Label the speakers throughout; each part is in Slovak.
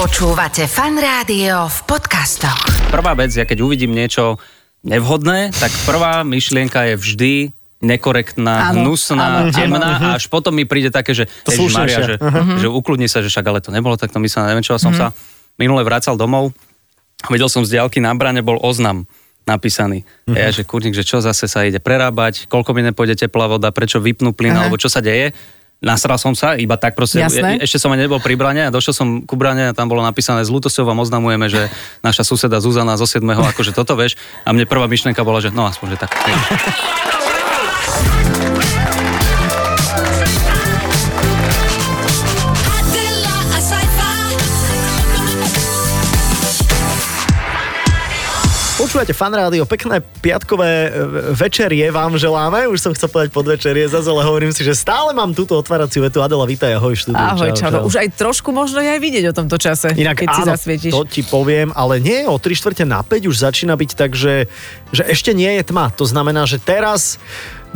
Speaker 1: Počúvate fan rádio v podcastoch.
Speaker 2: Prvá vec, ja keď uvidím niečo nevhodné, tak prvá myšlienka je vždy nekorektná,
Speaker 3: Áno,
Speaker 2: hnusná,
Speaker 3: áno,
Speaker 2: temná a až potom mi príde také, že,
Speaker 4: Mhm. To
Speaker 2: Ježiš
Speaker 4: slušnejšie.
Speaker 2: Maria,
Speaker 4: Mhm.
Speaker 2: že, že ukludni sa, že však ale to nebolo takto myslené, neviem čo, a som sa minule vracal domov a videl som z diálky na brane bol oznam napísaný. A
Speaker 4: Mhm.
Speaker 2: ja, že kurník, že čo zase sa ide prerábať, koľko mi nepôjde teplá voda, prečo vypnú
Speaker 4: Mhm.
Speaker 2: plyn, alebo čo sa deje. Nasral som sa, iba tak proste,
Speaker 3: Jasné.
Speaker 2: e- ešte som ani nebol pri brane a došiel som ku brane a tam bolo napísané, s lútosťou vám oznamujeme, že naša suseda Zuzana zo 7. akože toto vieš a mne prvá myšlenka bola, že no aspoň, že tak.
Speaker 5: Adela, a sci-fi.
Speaker 4: Počúvate fan rádio, pekné piatkové e, večerie vám želáme. Už som chcel povedať podvečerie, zase ale hovorím si, že stále mám túto otváraciu vetu. Adela, vítaj, ahoj v štúdiu.
Speaker 3: Ahoj, čau, Už aj trošku možno je aj vidieť o tomto čase,
Speaker 4: Inak
Speaker 3: keď si
Speaker 4: áno,
Speaker 3: zasvietíš.
Speaker 4: to ti poviem, ale nie, o 3 štvrte na 5 už začína byť tak, že, že ešte nie je tma. To znamená, že teraz,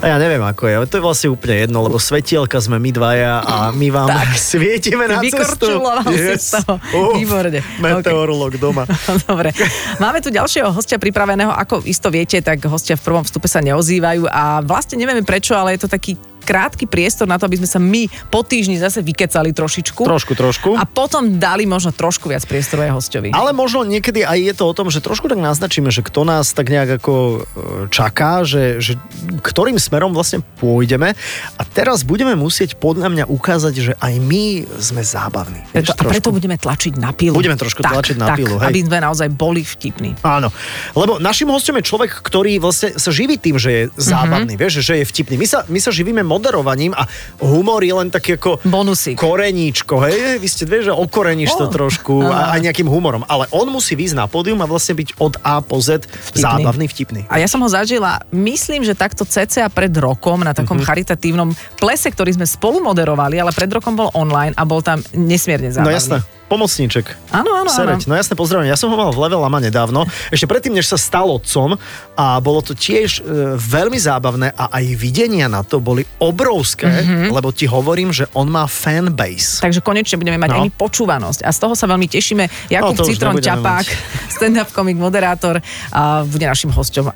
Speaker 4: a ja neviem ako je, ale to je vlastne úplne jedno, lebo svetielka sme my dvaja a my vám tak. svietime na cestu.
Speaker 3: Vykorčuloval si z toho. Výborne.
Speaker 4: Meteorolog okay. doma.
Speaker 3: Dobre. Máme tu ďalšieho hostia pripraveného. Ako isto viete, tak hostia v prvom vstupe sa neozývajú a vlastne nevieme prečo, ale je to taký krátky priestor na to, aby sme sa my po týždni zase vykecali trošičku.
Speaker 4: Trošku, trošku.
Speaker 3: A potom dali možno trošku viac priestoru aj hostovi.
Speaker 4: Ale možno niekedy aj je to o tom, že trošku tak naznačíme, že kto nás tak nejak ako e, čaká, že, že ktorým smerom vlastne pôjdeme. A teraz budeme musieť podľa mňa ukázať, že aj my sme zábavní.
Speaker 3: Preto,
Speaker 4: Vieš,
Speaker 3: a preto
Speaker 4: trošku.
Speaker 3: budeme tlačiť na pilu.
Speaker 4: Budeme trošku
Speaker 3: tak,
Speaker 4: tlačiť na
Speaker 3: tak,
Speaker 4: pilu, hej.
Speaker 3: aby sme naozaj boli vtipní.
Speaker 4: Áno, lebo našim hostom je človek, ktorý vlastne sa živí tým, že je zábavný, mm-hmm. vieš, že je vtipný. My sa, my sa živíme moderovaním a humor je len taký ako...
Speaker 3: Bonusík.
Speaker 4: Koreníčko, hej, vy ste vieš, že okoreníš to
Speaker 3: Ó,
Speaker 4: trošku a aj nejakým humorom. Ale on musí výjsť na pódium a vlastne byť od A po Z zábavný, vtipný.
Speaker 3: A ja som ho zažila, myslím, že takto cca pred rokom na
Speaker 4: Mhm.
Speaker 3: takom charitatívnom plese, ktorý sme spolu moderovali, ale pred rokom bol online a bol tam nesmierne
Speaker 4: No
Speaker 3: zábavný.
Speaker 4: jasné, pomocníček.
Speaker 3: Áno, áno,
Speaker 4: Sereď.
Speaker 3: áno.
Speaker 4: No jasné, pozdravím. Ja som ho mal v Level Lama nedávno, ešte predtým, než sa stal otcom a bolo to tiež e, veľmi zábavné a aj videnia na to boli obrovské,
Speaker 3: Mhm.
Speaker 4: mm-hmm. lebo ti hovorím, že on má fanbase.
Speaker 3: Takže konečne budeme mať
Speaker 4: No.
Speaker 3: no. aj my počúvanosť. A z toho sa veľmi tešíme. Jakub
Speaker 4: to už
Speaker 3: no, Citron
Speaker 4: nebudeme
Speaker 3: Čapák,
Speaker 4: mať.
Speaker 3: stand-up komik, moderátor, a bude našim hosťom.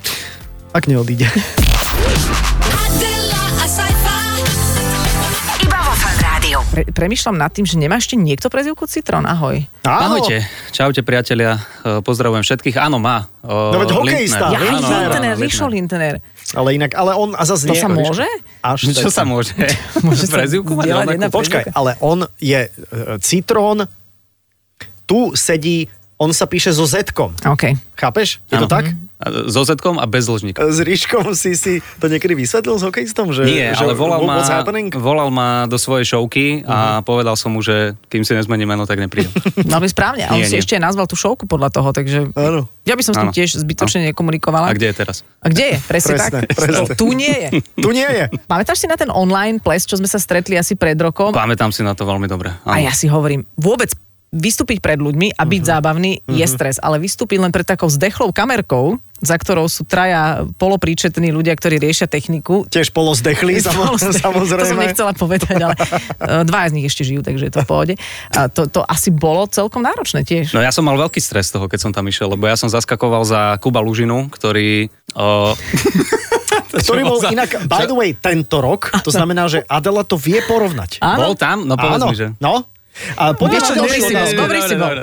Speaker 4: Ak neodíde.
Speaker 5: Adela, a sci-fi.
Speaker 1: Iba vo fan rádiu.
Speaker 3: Pre, premýšľam nad tým, že nemá ešte niekto prezivku Citron. Ahoj.
Speaker 4: Áno.
Speaker 2: Ahojte, čaute priatelia, e, pozdravujem všetkých. Áno, má. e,
Speaker 4: No veď hokejista, áno,
Speaker 3: Ja,
Speaker 4: áno,
Speaker 3: Lintner, Rišo Lintner.
Speaker 4: Ale inak, ale on a zase
Speaker 3: To
Speaker 4: nie.
Speaker 3: sa môže?
Speaker 4: Až
Speaker 2: Čo
Speaker 4: tak.
Speaker 2: sa môže?
Speaker 3: Môže sa
Speaker 2: Prezivku mať
Speaker 3: zdieľať
Speaker 2: rovnakú?
Speaker 3: jedna
Speaker 4: Počkaj, ale on je e, citrón, tu sedí, on sa píše so Z-kom.
Speaker 3: OK.
Speaker 4: Chápeš? Je to
Speaker 2: Áno.
Speaker 3: Mhm.
Speaker 4: tak?
Speaker 2: A So zetkom a bez lžníka.
Speaker 4: S Ríškom si si to niekedy vysvetlil s hokejistom? Že,
Speaker 2: Nie,
Speaker 4: že
Speaker 2: ale volal ma,
Speaker 4: what's happening? Mhm.
Speaker 2: volal ma do svojej šovky a povedal som mu, že kým si nezmení meno, tak neprídem.
Speaker 3: Veľmi správne. A on
Speaker 2: Nie, nie.
Speaker 3: si ešte aj nazval tú šovku podľa toho, takže
Speaker 4: Áno.
Speaker 3: ja by som s tým
Speaker 2: Áno.
Speaker 3: tiež zbytočne nekomunikovala.
Speaker 2: A kde je teraz?
Speaker 3: A kde je? Presne,
Speaker 4: Presne,
Speaker 3: tak.
Speaker 4: presne.
Speaker 3: Tu nie je.
Speaker 4: Tu nie je.
Speaker 3: Pamätáš si na ten online ples, čo sme sa stretli asi pred rokom?
Speaker 2: Pamätám si na to veľmi dobre.
Speaker 3: A
Speaker 2: áno.
Speaker 3: ja si hovorím, vôbec vystúpiť pred ľuďmi a byť
Speaker 4: Mhm.
Speaker 3: zábavný je stres, ale vystúpiť len pred takou zdechlou kamerkou, za ktorou sú traja polopríčetní ľudia, ktorí riešia techniku.
Speaker 4: Tiež polozdechlý, samo-
Speaker 3: Bolo ste- To som
Speaker 4: samozrejme.
Speaker 3: nechcela povedať, ale eh, dvaja z nich ešte žijú, takže je to v pohode. A to, to asi bolo celkom náročné tiež.
Speaker 2: No ja som mal veľký stres toho, keď som tam išiel, lebo ja som zaskakoval za Kuba Lužinu, ktorý... O,
Speaker 4: Ktorý bol inak, by the way, tento rok. To znamená, že Adela to vie porovnať.
Speaker 2: bol tam? No povedz
Speaker 4: Áno.
Speaker 2: mi, že...
Speaker 4: No. A podľa
Speaker 3: Vieš čo,
Speaker 4: mňa
Speaker 3: dobrý
Speaker 4: ďalšiu
Speaker 3: si bol,
Speaker 4: otázku.
Speaker 3: dobrý si bol.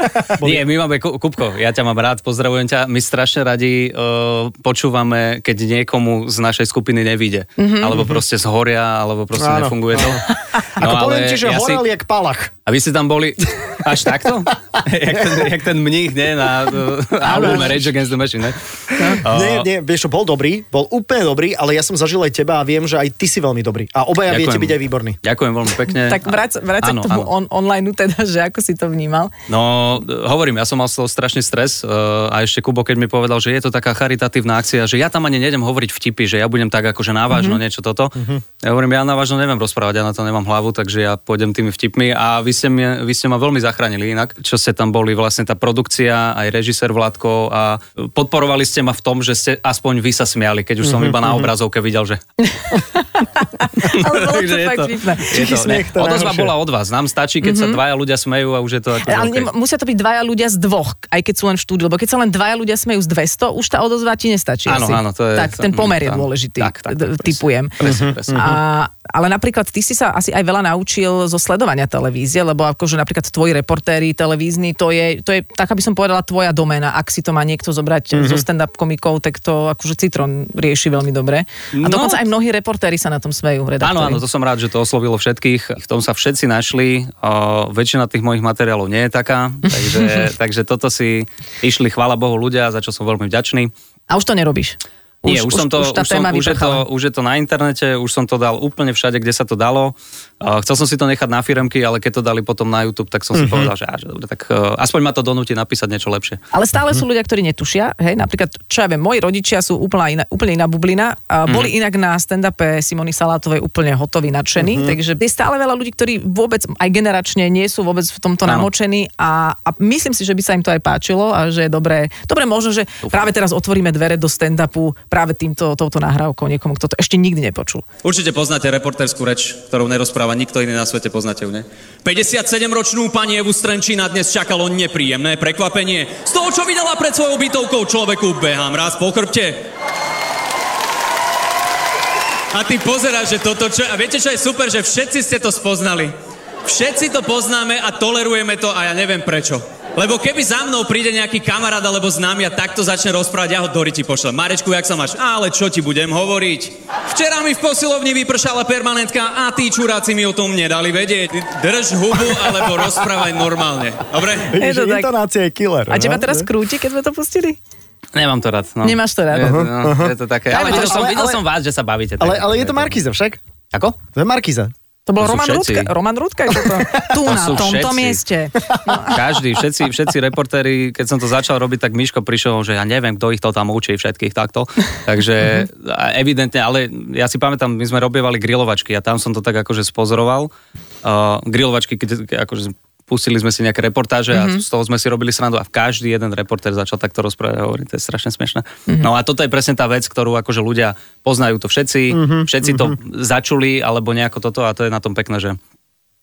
Speaker 2: Nie, my máme, Ku- Kupko, ja ťa mám rád, pozdravujem ťa. My strašne radi uh, počúvame, keď niekomu z našej skupiny nevíde. Mm-hmm.
Speaker 3: Mhm,
Speaker 2: Alebo proste zhoria, alebo proste
Speaker 4: Áno,
Speaker 2: áno, nefunguje to. No
Speaker 4: Ako poviem ti, že
Speaker 2: ja si-
Speaker 4: horel jak palach.
Speaker 2: A vy ste tam boli až takto? jak, ten, jak ten mních, nie? Na uh, albume Rage Against the Machine, ne? Uh,
Speaker 4: No. Nie, nie, vieš čo, bol dobrý, bol úplne dobrý, ale ja som zažil aj teba a viem, že aj ty si veľmi dobrý. A obaja viete byť aj výborný.
Speaker 2: Ďakujem veľmi pekne.
Speaker 3: Tak vráť, vráť sa k
Speaker 2: Áno,
Speaker 3: tomu
Speaker 2: áno.
Speaker 3: on, online teda, že ako si to vnímal.
Speaker 2: No, e, hovorím, ja som mal z toho strašný stres e, a ešte Kubo, keď mi povedal, že je to taká charitatívna akcia, že ja tam ani nejdem hovoriť vtipy, že ja budem tak akože
Speaker 3: Mhm.
Speaker 2: návážno niečo toto. Ja hovorím, ja návážno neviem rozprávať, ja na to nemám hlavu, takže ja pôjdem tými vtipmi a vy ste, mne, vy ste ma veľmi zachránili inak. Čo ste tam boli, vlastne tá produkcia, aj režisér Vládko a podporovali ste ma v tom, že ste aspoň vy sa smiali, keď už
Speaker 3: Mhm,
Speaker 2: som iba na obrazovke videl, že...
Speaker 3: Ale No, bolo to
Speaker 2: Takže je
Speaker 3: fakt
Speaker 2: to-
Speaker 3: vtipné.
Speaker 2: je to- ne,
Speaker 4: smiech, to
Speaker 2: Odozva
Speaker 4: najhoršie.
Speaker 2: bola od vás. Nám stačí, keď sa dvaja ľudia smejú a už je to ako...
Speaker 3: Mhm. Ale nem- musia to byť dvaja ľudia z dvoch, aj keď sú len v štúdiu, lebo keď sa len dvaja ľudia smejú z 200, už tá odozva ti nestačí
Speaker 2: Áno,
Speaker 3: asi.
Speaker 2: áno, to je-
Speaker 3: tak ten
Speaker 2: to-
Speaker 3: pomer je
Speaker 2: áno.
Speaker 3: dôležitý,
Speaker 2: Tak, tak,
Speaker 3: d-
Speaker 2: presne.
Speaker 3: typujem. Mhm.
Speaker 2: Presne, presne.
Speaker 3: A,
Speaker 2: Mhm.
Speaker 3: ale napríklad ty si sa asi aj veľa naučil zo sledovania televízie, lebo akože napríklad tvoji reportéri televízni, to je, to je tak by som povedala, tvoja domena. Ak si to má niekto
Speaker 2: Mhm.
Speaker 3: zobrať mm-hmm. zo stand-up komikov, tak to akože Citron rieši veľmi dobre. A
Speaker 2: No.
Speaker 3: dokonca aj mnohí reportéri sa na tom smejú, redaktori.
Speaker 2: Áno, áno, to som rád, že to oslovilo všetkých. V tom sa všetci našli. O, väčšina tých mojich materiálov nie je taká, takže, takže toto si išli, chvála Bohu, ľudia, za čo som veľmi vďačný.
Speaker 3: A už to nerobíš.
Speaker 2: Nie, už, som to,
Speaker 3: už, tá
Speaker 2: už, som, už, je
Speaker 3: téma
Speaker 2: to,
Speaker 3: vyprchala.
Speaker 2: už je to na internete, už som to dal úplne všade, kde sa to dalo. Uh, chcel som si to nechať na firemky, ale keď to dali potom na YouTube, tak som
Speaker 3: Mhm.
Speaker 2: si povedal, že, á, že dobre, tak uh, aspoň ma to donúti napísať niečo lepšie.
Speaker 3: Ale stále
Speaker 2: Mhm.
Speaker 3: sú ľudia, ktorí netušia. Hej, napríklad, čo ja viem, moji rodičia sú úplne iná, úplne iná bublina.
Speaker 2: Mhm.
Speaker 3: A boli inak na stand-upe Simony Salátovej úplne hotoví,
Speaker 2: Mhm.
Speaker 3: nadšení. Takže je stále veľa ľudí, ktorí vôbec aj generačne nie sú vôbec v tomto
Speaker 2: Áno.
Speaker 3: namočení a, a myslím si, že by sa im to aj páčilo a že je dobré. Dobre, možno, že práve teraz otvoríme dvere do stand-upu práve týmto, touto nahrávkou niekomu, kto to ešte nikdy nepočul.
Speaker 6: Určite poznáte reportérskú reč, ktorou nerozpráva nikto iný na svete, poznáte ju, ne? 57-ročnú pani Evu Strenčína dnes čakalo nepríjemné prekvapenie. Z toho, čo vydala pred svojou bytovkou človeku, behám raz po chrbte. A ty pozeráš, že toto čo... A viete, čo je super? Že všetci ste to spoznali. Všetci to poznáme a tolerujeme to a ja neviem prečo. Lebo keby za mnou príde nejaký kamarát alebo známy a takto začne rozprávať, ja ho do riti pošlem. Marečku, jak sa máš? Ale čo ti budem hovoriť? Včera mi v posilovni vypršala permanentka a tí čuráci mi o tom nedali vedieť. Drž hubu alebo rozprávaj normálne. Dobre?
Speaker 3: Je to
Speaker 4: Vidíš,
Speaker 3: tak.
Speaker 4: intonácia je killer.
Speaker 3: A teba
Speaker 4: no?
Speaker 3: teraz krúti, keď sme to pustili?
Speaker 2: Nemám to rád. No.
Speaker 3: Nemáš to rád.
Speaker 2: Je, no, je to také. Ale
Speaker 3: Dajme to,
Speaker 2: videl, som,
Speaker 4: ale-
Speaker 2: videl
Speaker 4: ale-
Speaker 2: som vás, že sa bavíte.
Speaker 4: Ale,
Speaker 2: tak-
Speaker 4: ale je to Markiza však?
Speaker 2: Ako?
Speaker 4: To je Markiza.
Speaker 3: To bol
Speaker 2: To sú
Speaker 3: Roman
Speaker 2: všetci.
Speaker 3: Rudka. Roman Rudka je toto. Tu
Speaker 2: To
Speaker 3: na
Speaker 2: sú
Speaker 3: tomto
Speaker 2: všetci.
Speaker 3: mieste.
Speaker 2: Každý, všetci, všetci reportéri, keď som to začal robiť, tak Miško prišiel, že ja neviem, kto ich to tam učí, všetkých takto. Takže a evidentne, ale ja si pamätám, my sme robievali grilovačky a tam som to tak akože spozoroval. Uh, grilovačky, keď, keď akože pustili sme si nejaké reportáže mm-hmm. a z toho sme si robili srandu a každý jeden reportér začal takto rozprávať a hovorím, to je strašne smiešne. Mm-hmm. No a toto je presne tá vec, ktorú akože ľudia poznajú to všetci, mm-hmm. všetci to mm-hmm. začuli alebo nejako toto a to je na tom pekné, že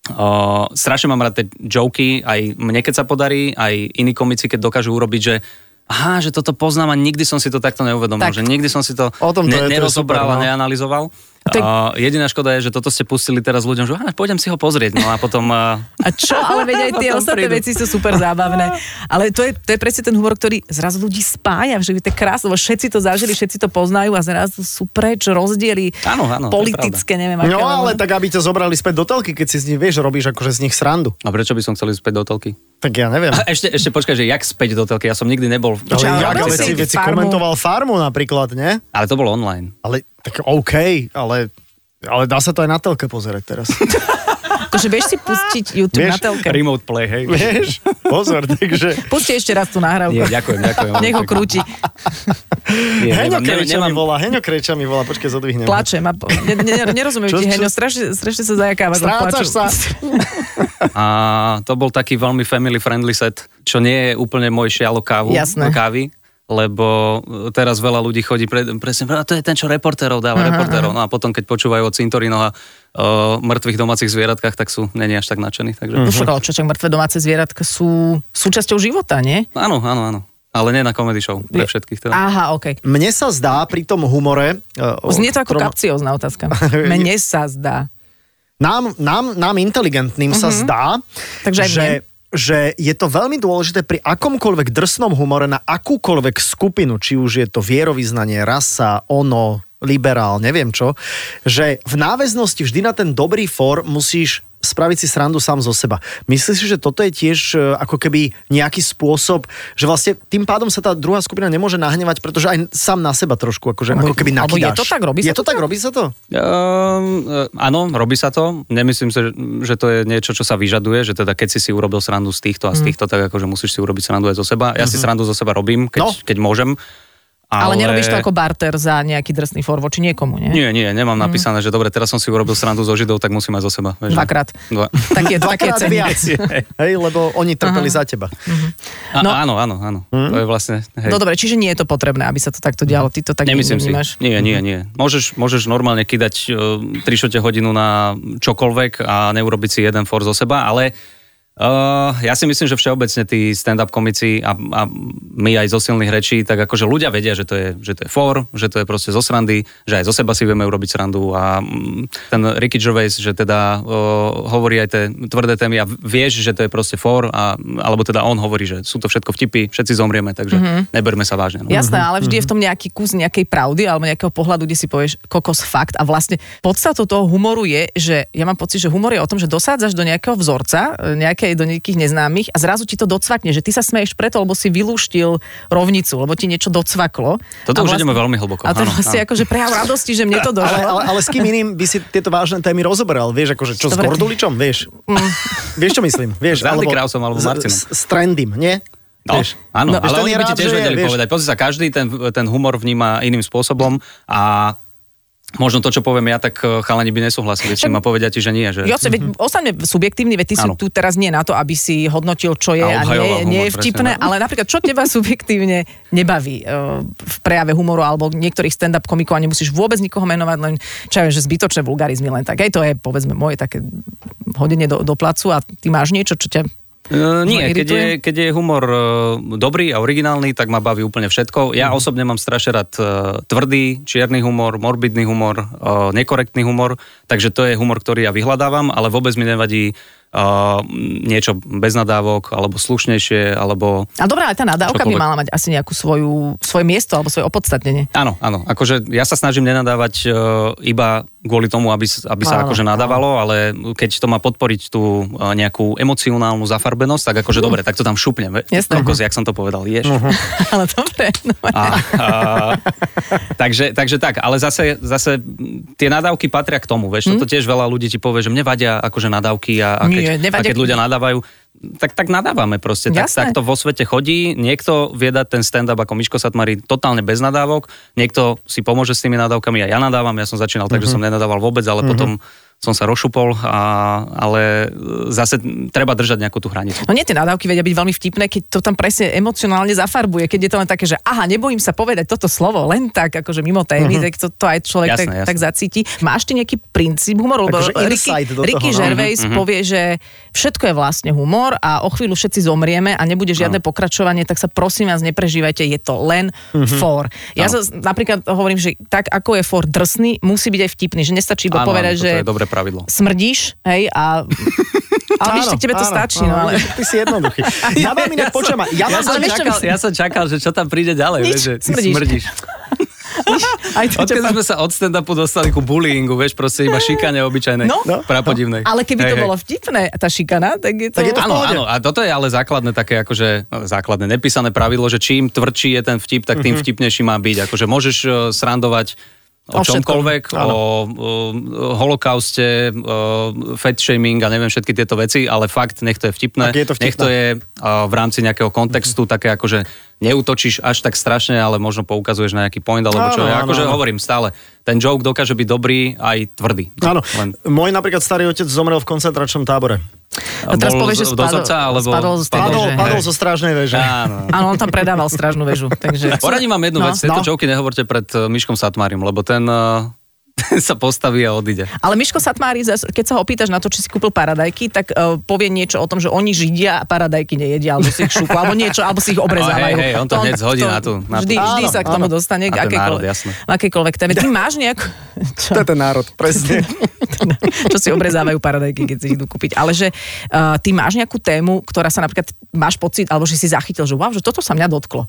Speaker 2: O, strašne mám rád tie joky, aj mne keď sa podarí, aj iní komici, keď dokážu urobiť, že aha, že toto poznám a nikdy som si to takto neuvedomil,
Speaker 3: Tak.
Speaker 2: tak. že nikdy som si to,
Speaker 4: O tom to je, to je
Speaker 2: nerozobral
Speaker 4: super,
Speaker 2: a
Speaker 4: no.
Speaker 2: neanalizoval.
Speaker 3: To je-
Speaker 2: O, jediná škoda je, že toto ste pustili teraz ľuďom, že aha, pôjdem si ho pozrieť, no a potom... a-
Speaker 3: A čo, No, ale veď aj tie
Speaker 4: Potom
Speaker 3: ostatné
Speaker 4: prídu.
Speaker 3: veci sú super zábavné. Ale to je, to je presne ten humor, ktorý zrazu ľudí spája, že je to krásne, lebo všetci to zažili, všetci to poznajú a zrazu sú preč rozdiely
Speaker 2: Áno, áno, to je
Speaker 3: politické, neviem aké.
Speaker 4: No
Speaker 3: lebo-
Speaker 4: ale tak, aby ťa zobrali späť do telky, keď si z nich, vieš, robíš akože z nich srandu.
Speaker 2: A prečo by som chcel ísť späť do telky?
Speaker 4: Tak ja neviem.
Speaker 2: A ešte, ešte počkaj, že jak späť do telky, ja som nikdy nebol... v-
Speaker 4: Ale
Speaker 3: Čo,
Speaker 4: ja,
Speaker 3: robil
Speaker 4: ale
Speaker 3: si
Speaker 4: si veci
Speaker 3: farmu?
Speaker 4: komentoval farmu napríklad, nie?
Speaker 2: Ale to bolo online.
Speaker 4: Ale tak OK, ale, ale dá sa to aj na telke pozerať teraz.
Speaker 3: Akože vieš si pustiť YouTube
Speaker 4: Vieš,
Speaker 3: na telke.
Speaker 2: Remote play, hej.
Speaker 4: Vieš? Pozor, takže...
Speaker 3: Pusti ešte raz tú nahrávku.
Speaker 2: Nie, ďakujem, ďakujem.
Speaker 3: Nech ho krúti.
Speaker 2: Nie,
Speaker 4: Heňo
Speaker 2: nemám-
Speaker 4: Krejča mi
Speaker 2: nemám-
Speaker 4: volá, Heňo Krejča mi volá, počkaj, zodvihnem.
Speaker 3: Plačem. A po, ne, ne, nerozumiem
Speaker 4: Čo-
Speaker 3: ti,
Speaker 4: čo-
Speaker 3: Heňo, strašne, strašne sa zajakávaš. od
Speaker 4: Strácaš
Speaker 3: plaču.
Speaker 4: sa.
Speaker 2: A to bol taký veľmi family friendly set, čo nie je úplne môj šialo kávu,
Speaker 3: Jasné.
Speaker 2: kávy, lebo e, teraz veľa ľudí chodí pre, presne, "A to je ten, čo reportérov dáva, aha, reportérov. No a potom, keď počúvajú o cintorinoch a o e, mŕtvych domácich zvieratkách, tak sú není až tak nadšení. Takže,
Speaker 3: No však, ale čo, čak mŕtve domáce zvieratka sú súčasťou života, nie?
Speaker 2: Áno, áno, áno. Ale nie na comedy show, pre všetkých. Teda.
Speaker 3: Aha, okej.
Speaker 4: Mne sa zdá pri tom humore... e, o
Speaker 3: Znie to ako
Speaker 4: ktorom-
Speaker 3: kapciózna otázka. Mne sa zdá.
Speaker 4: nám, nám, nám inteligentným sa zdá,
Speaker 3: Mhm. Takže aj
Speaker 4: že,
Speaker 3: mne.
Speaker 4: že je to veľmi dôležité pri akomkoľvek drsnom humore na akúkoľvek skupinu, či už je to vierovýznanie, rasa, ono, liberál, neviem čo, že v náväznosti vždy na ten dobrý for musíš spraviť si srandu sám zo seba. Myslíš si, že toto je tiež e, ako keby nejaký spôsob, že vlastne tým pádom sa tá druhá skupina nemôže nahnevať, pretože aj sám na seba trošku akože, ako keby
Speaker 3: alebo je
Speaker 4: nakydáš.
Speaker 3: to tak? Robí
Speaker 4: je
Speaker 3: sa to
Speaker 4: to tak? Robí sa to?
Speaker 2: Ehm, e, áno, robí sa to. Nemyslím si, že- že to je niečo, čo sa vyžaduje, že teda keď si si urobil srandu
Speaker 3: Mhm.
Speaker 2: z týchto a z týchto, tak akože musíš si urobiť srandu aj zo seba. Ja si srandu zo seba robím, keď,
Speaker 4: No.
Speaker 2: keď môžem.
Speaker 3: Ale, ale nerobíš to ako Mhm. barter za nejaký drsný for voči niekomu, nie?
Speaker 2: Nie, nie, nemám napísané, že dobre, teraz som si urobil srandu zo Židov, tak musím aj zo seba. Vieš, že- No.
Speaker 3: Dvakrát.
Speaker 2: Dva.
Speaker 3: Tak je, tak je
Speaker 4: Dvakrát
Speaker 3: ceny.
Speaker 4: viac. Hej, lebo oni trpeli za teba.
Speaker 2: A, no.
Speaker 3: No.
Speaker 2: Áno, áno, áno. To je vlastne... Hej.
Speaker 3: No dobre, čiže nie je to potrebné, aby sa to takto dialo. Ty to tak
Speaker 2: Nemyslím si.
Speaker 3: nevnímaš. Mhm.
Speaker 2: Nie, nie, nie. Môžeš, môžeš normálne kýdať uh, 3 šote hodinu na čokoľvek a neurobiť si jeden for zo seba, ale uh, ja si myslím, že všeobecne tí stand-up komici a, a my aj zo silných rečí, tak akože ľudia vedia, že to, je, že to je for, že to je proste zo srandy, že aj zo seba si vieme urobiť srandu a mm, ten Ricky Gervais, že teda uh, hovorí aj tie tvrdé témy a vieš, že to je proste for, a, alebo teda on hovorí, že sú to všetko vtipy, všetci zomrieme, takže
Speaker 3: Mhm.
Speaker 2: neberme sa vážne. No.
Speaker 4: Mhm.
Speaker 3: Jasné, ale vždy je v tom nejaký kus nejakej pravdy alebo nejakého pohľadu, kde si povieš kokos fakt. A vlastne podstatou toho humoru je, že ja mám pocit, že humor je o tom, že dosádzaš do nejakého vzorca, e, nejakej, do nejakých neznámych a zrazu ti to docvakne, že ty sa smeješ preto, lebo si vylúštil rovnicu, lebo ti niečo docvaklo.
Speaker 2: Toto
Speaker 3: A
Speaker 2: už ideme veľmi hlboko,
Speaker 3: A to
Speaker 2: áno,
Speaker 3: vlastne
Speaker 2: áno.
Speaker 3: akože prejav radosti, že mne to došlo.
Speaker 4: Ale, ale, ale s kým iným by si tieto vážne témy rozoberal? Vieš, akože čo
Speaker 3: Dobre. Mm.
Speaker 4: s Gorduličom? Vieš? Vieš, čo myslím? Vieš,
Speaker 2: S Andy Krausom alebo
Speaker 4: s-
Speaker 2: Martinom.
Speaker 4: S, s Trendym, nie?
Speaker 2: No,
Speaker 4: Vieš?
Speaker 2: áno, no,
Speaker 4: Vieš,
Speaker 2: ale
Speaker 4: ten
Speaker 2: oni
Speaker 4: je
Speaker 2: by ti
Speaker 4: rád,
Speaker 2: tiež
Speaker 4: že je,
Speaker 2: vedeli
Speaker 4: vieš.
Speaker 2: povedať. Pozri sa, každý ten, ten humor vníma iným spôsobom a možno to, čo poviem ja, tak eh, chalani by nesúhlasili s tým a povedia ti, že nie. Že...
Speaker 3: Joce, veď ostaňme subjektívny, veď ty si
Speaker 2: Mhm. Áno.
Speaker 3: tu teraz nie na to, aby si hodnotil, čo je a,
Speaker 2: A obhajoval
Speaker 3: nie, nie je
Speaker 2: humor,
Speaker 3: vtipné,
Speaker 2: presne, no.
Speaker 3: ale napríklad, čo teba subjektívne nebaví e, v prejave humoru alebo niektorých stand-up komikov a nemusíš vôbec nikoho menovať, len čo ja viem, že zbytočné vulgarizmy len tak. Hej, to je povedzme moje také hodenie do, do placu a ty máš niečo, čo ťa...
Speaker 2: Eh, nie,
Speaker 3: Ma
Speaker 2: keď je,
Speaker 3: irituje?
Speaker 2: keď je humor eh, dobrý a originálny, tak ma baví úplne všetko.
Speaker 3: Mhm.
Speaker 2: Ja osobne mám strašne rád eh, tvrdý, čierny humor, morbidný humor, eh, nekorektný humor, takže to je humor, ktorý ja vyhľadávam, ale vôbec mi nevadí eh, niečo bez nadávok, alebo slušnejšie, alebo
Speaker 3: A dobrá, ale tá nadávka by
Speaker 2: Čokoľvek.
Speaker 3: mala mať asi nejakú svoju, svoje miesto alebo svoje opodstatnenie.
Speaker 2: Áno, áno. Akože ja sa snažím nenadávať e, iba kvôli tomu, aby, s- aby sa áno,
Speaker 3: Áno,
Speaker 2: akože nadávalo, ale keď to má podporiť tú e, nejakú emocionálnu zafarbenosť, tak akože dobre, tak to tam šupnem. ve-
Speaker 3: Jasné.
Speaker 2: Kokos, jak som to povedal, ješ.
Speaker 3: ale dobre. No,
Speaker 2: A, a, takže, takže tak, ale zase, zase m, tie nadávky patria k tomu, vieš, toto tiež veľa ľudí ti povie, že mne vadia akože nadávky a, a, keď,
Speaker 3: Hm? Nie,
Speaker 2: a
Speaker 3: nevadia-
Speaker 2: keď ľudia nadávajú, tak, tak nadávame proste, tak,
Speaker 3: Jasné.
Speaker 2: tak to vo svete chodí, niekto vie dať ten stand-up ako Miško Satmari totálne bez nadávok, niekto si pomôže s tými nadávkami a ja nadávam, ja som začínal tak,
Speaker 3: Mhm.
Speaker 2: že som nenadával vôbec, ale potom som sa rozšupol, a, ale e, zase treba držať nejakú tú hranicu.
Speaker 3: No nie, tie nadávky vedia byť veľmi vtipné, keď to tam presne emocionálne zafarbuje, keď je to len také, že aha, nebojím sa povedať toto slovo len tak, akože mimo témy, tak to, to aj
Speaker 2: Mhm.
Speaker 3: človek
Speaker 2: Jasné,
Speaker 3: tak,
Speaker 2: jasné.
Speaker 3: tak zacíti. Máš ty nejaký princíp humoru? Lebo
Speaker 4: Akože
Speaker 3: Ricky,
Speaker 4: insight do toho,
Speaker 3: Ricky
Speaker 4: no.
Speaker 3: Gervais
Speaker 2: Mhm.
Speaker 3: povie, že všetko je vlastne humor a o chvíľu všetci zomrieme a nebude žiadne pokračovanie, tak sa prosím vás neprežívajte, je to len
Speaker 4: Mhm.
Speaker 3: for. Ja sa, napríklad hovorím, že tak ako je for drsný, musí byť aj vtipný, že nestačí
Speaker 2: Áno,
Speaker 3: iba
Speaker 2: áno,
Speaker 3: povedať,
Speaker 2: toto
Speaker 3: že
Speaker 2: je dobré pravidlo.
Speaker 3: smrdíš, hej, a... Ale víš,
Speaker 4: Áno,
Speaker 3: tak tebe to
Speaker 4: áno,
Speaker 3: stačí, no
Speaker 4: áno,
Speaker 3: ale...
Speaker 4: vidíš, Ty si jednoduchý. Ja mám inak, počujem, ma, ja mám
Speaker 3: som- Ale vieš, čo myslím?
Speaker 2: ja som čakal, že čo tam príde ďalej,
Speaker 3: Nič,
Speaker 2: vieš, že ty
Speaker 3: smrdíš.
Speaker 2: smrdíš.
Speaker 3: Aj to ťa
Speaker 2: Odkedy sme sa od stand-upu dostali ku bullyingu, vieš, proste iba šikane obyčajnej,
Speaker 3: No.
Speaker 2: no?
Speaker 3: No.
Speaker 2: prapodivnej.
Speaker 3: Ale keby
Speaker 2: Hej,
Speaker 3: to
Speaker 2: hej.
Speaker 3: bolo vtipné, tá šikana, tak je to...
Speaker 4: Tak je to v
Speaker 2: Áno,
Speaker 4: pohode.
Speaker 2: áno, a toto je ale základné také akože, no, základné, nepísané pravidlo, že čím tvrdší je ten vtip, tak
Speaker 4: Mhm.
Speaker 2: tým vtipnejší má byť. Akože môžeš e, srandovať
Speaker 3: O
Speaker 2: o,
Speaker 3: všetkom.
Speaker 2: čomkoľvek, o, o, o holokauste, o fat shaming a neviem všetky tieto veci, ale fakt nech to je vtipné.
Speaker 4: Tak je to vtipné. Mhm.
Speaker 2: Nech to je a, v rámci nejakého kontextu také akože neutočíš až tak strašne, ale možno poukazuješ na nejaký point alebo čo.
Speaker 4: Áno,
Speaker 2: Ja
Speaker 4: áno,
Speaker 2: akože
Speaker 4: áno.
Speaker 2: hovorím stále, ten joke dokáže byť dobrý aj tvrdý.
Speaker 4: Áno,
Speaker 2: Len
Speaker 4: môj napríklad starý otec zomrel v koncentračnom tábore.
Speaker 3: A teraz
Speaker 2: bol
Speaker 3: povieš, že
Speaker 2: z-
Speaker 3: spadol-
Speaker 2: dozorca, alebo
Speaker 3: spadol z tej
Speaker 4: Padol,
Speaker 3: Veže.
Speaker 4: padol zo strážnej veže.
Speaker 2: Áno.
Speaker 3: Áno, on tam predával strážnu väžu, takže...
Speaker 2: Poradím vám jednu
Speaker 3: No.
Speaker 2: no, vec. Tieto
Speaker 4: No.
Speaker 2: no. čovky nehovorte pred eh, Miškom Satmárim, lebo ten, eh, ten sa postaví a odíde.
Speaker 3: Ale Miško Satmári, zas- keď sa ho pýtaš na to, či si kúpil paradajky, tak uh, povie niečo o tom, že oni židia a paradajky nejedia, alebo si ich šúku, alebo niečo, alebo si ich obrezávajú.
Speaker 2: No, hej, hej, on to hneď zhodí na tú- na tú-
Speaker 3: vždy, vždy
Speaker 4: Áno,
Speaker 3: sa k tomu
Speaker 4: áno.
Speaker 3: dostane,
Speaker 2: Na ten
Speaker 3: k
Speaker 2: národ,
Speaker 3: akejkoľvek,
Speaker 2: jasné.
Speaker 3: akejkoľvek téme. Ty máš nejakú... Čo?
Speaker 4: To je ten národ, presne.
Speaker 3: čo si obrezávajú paradajky, keď si ich idú kúpiť. Ale že uh, ty máš nejakú tému, ktorá sa napríklad máš pocit, alebo že si zachytil, že wow, že toto sa mňa dotklo.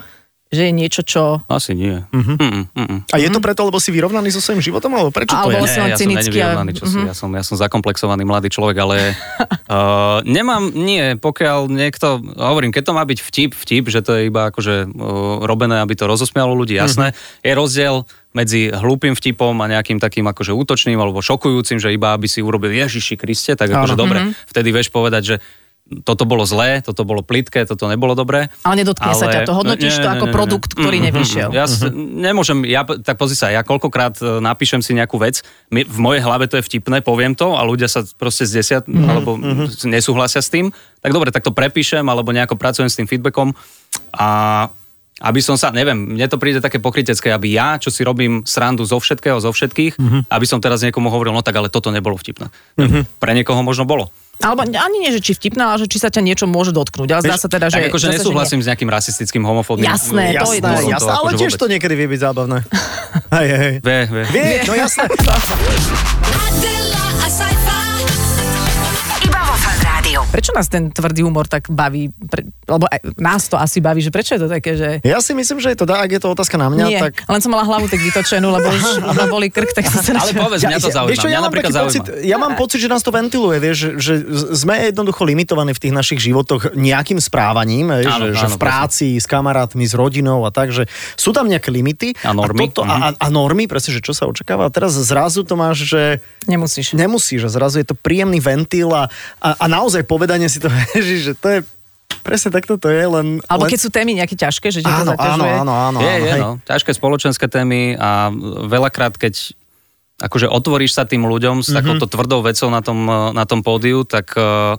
Speaker 3: Že je niečo, čo...
Speaker 2: Asi nie. Mm-hmm. Mm-mm, mm-mm.
Speaker 4: A je to preto, lebo si vyrovnaný so svojím životom, alebo prečo to je?
Speaker 3: Alebo- Bol
Speaker 2: Nie,
Speaker 3: si len
Speaker 2: ja som
Speaker 3: cynický Mhm. a-
Speaker 2: nevyrovnaný, čo si, ja, som, ja som zakomplexovaný mladý človek, ale uh, nemám, nie, pokiaľ niekto, hovorím, keď to má byť vtip, vtip, že to je iba akože uh, robené, aby to rozosmialo ľudí,
Speaker 3: Mhm.
Speaker 2: jasné, je rozdiel medzi hlúpým vtipom a nejakým takým akože
Speaker 3: Mhm.
Speaker 2: útočným alebo šokujúcim, že iba aby si urobil Ježiši Kriste, tak akože dobre, vtedy vieš povedať, že toto bolo zlé, toto bolo plitké, toto nebolo dobré.
Speaker 3: Ale nedotkne sa ťa to. Hodnotíš to ako produkt, ktorý
Speaker 2: Mhm,
Speaker 3: nevyšiel. Mhm.
Speaker 2: Ja s- nemôžem, ja, tak pozri sa, ja koľkokrát e, napíšem si nejakú vec, my, v mojej hlave to je vtipné, poviem to a ľudia sa proste
Speaker 3: Mhm,
Speaker 2: zdesia, alebo mm nesúhlasia s tým, tak dobre, tak to prepíšem, alebo nejako pracujem s tým feedbackom a aby som sa, neviem, mne to príde také pokrytecké, aby ja, čo si robím srandu zo všetkého, zo všetkých,
Speaker 3: Mhm.
Speaker 2: aby som teraz niekomu hovoril, no tak ale toto nebolo vtipné.
Speaker 3: Mhm.
Speaker 2: Pre niekoho možno bolo.
Speaker 3: Alebo ani nie, že či vtipná, ale že či sa ťa niečo môže dotknúť. Ale zdá sa teda, že...
Speaker 2: tak akože
Speaker 3: zase, že nie.
Speaker 2: nesúhlasím s nejakým rasistickým, homofóbnym.
Speaker 3: Jasné, to je
Speaker 4: Jasné,
Speaker 3: dôvod.
Speaker 4: jasné, ale
Speaker 2: akože
Speaker 4: tiež to
Speaker 2: vôbec.
Speaker 4: niekedy vie byť zábavné. Hej, hej, hej.
Speaker 2: Vie, vie.
Speaker 4: Vie, no jasné.
Speaker 5: Adela, a sci-fi.
Speaker 1: Iba vo Fan Rádiu.
Speaker 3: Prečo nás ten tvrdý humor tak baví? Pre, lebo aj, nás to asi baví, že prečo je to také, že...
Speaker 4: Ja si myslím, že je to dá, ak je to otázka na mňa,
Speaker 3: Nie,
Speaker 4: No, tak...
Speaker 3: len som mala hlavu tak vytočenú, lebo už ma boli krk, tak som sa
Speaker 2: Ale povedz, mňa to zaujíma.
Speaker 4: vieš čo,
Speaker 2: mňa
Speaker 4: mám
Speaker 2: napríklad
Speaker 4: taký
Speaker 2: zaujíma.
Speaker 4: Pocit, ja mám pocit, že nás to ventiluje, vieš, že, že z- sme jednoducho limitovaní v tých našich životoch nejakým správaním, vieš,
Speaker 2: Áno,
Speaker 4: že, že
Speaker 2: áno,
Speaker 4: v práci, s kamarátmi, s rodinou a tak, že sú tam nejaké limity.
Speaker 2: A normy.
Speaker 4: A, toto, a, a, a normy, presne, že čo sa očakáva. A teraz zrazu to máš, že...
Speaker 3: Nemusíš.
Speaker 4: Nemusí, že zrazu je to príjemný ventil a, a, a naozaj povedanie si to, že, že to je presne takto to je, len...
Speaker 3: Alebo
Speaker 4: len...
Speaker 3: keď sú témy nejaké ťažké, že ťa to
Speaker 4: Áno, áno,
Speaker 3: zaťažuje.
Speaker 4: áno, áno.
Speaker 2: je,
Speaker 4: áno,
Speaker 2: je,
Speaker 4: hej.
Speaker 2: no. Ťažké spoločenské témy a veľakrát, keď akože otvoríš sa tým ľuďom s
Speaker 4: Mhm.
Speaker 2: mm-hmm. takouto tvrdou vecou na tom, eh, na tom pódiu, tak eh,